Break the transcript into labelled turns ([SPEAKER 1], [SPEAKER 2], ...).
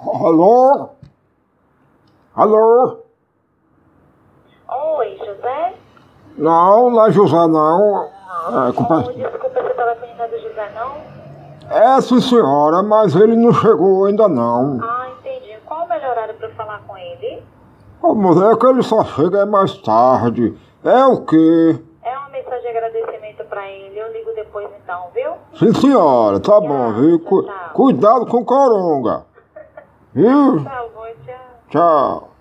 [SPEAKER 1] Alô? Alô?
[SPEAKER 2] Oi, José?
[SPEAKER 1] Não, não é José não. É,
[SPEAKER 2] Oh,
[SPEAKER 1] compa-
[SPEAKER 2] desculpa, você estava atendendo o José, não?
[SPEAKER 1] é sim senhora, mas ele não chegou ainda não.
[SPEAKER 2] Ah, entendi. Qual o melhor horário para eu falar com ele?
[SPEAKER 1] Ô mulher, que ele só chega é mais tarde. É o quê?
[SPEAKER 2] É uma mensagem de agradecimento para ele. Eu ligo depois então, viu?
[SPEAKER 1] Sim senhora, tá bom, viu? Cu- cuidado com coronga. Viu?
[SPEAKER 2] Tá bom, tchau.
[SPEAKER 1] Tchau.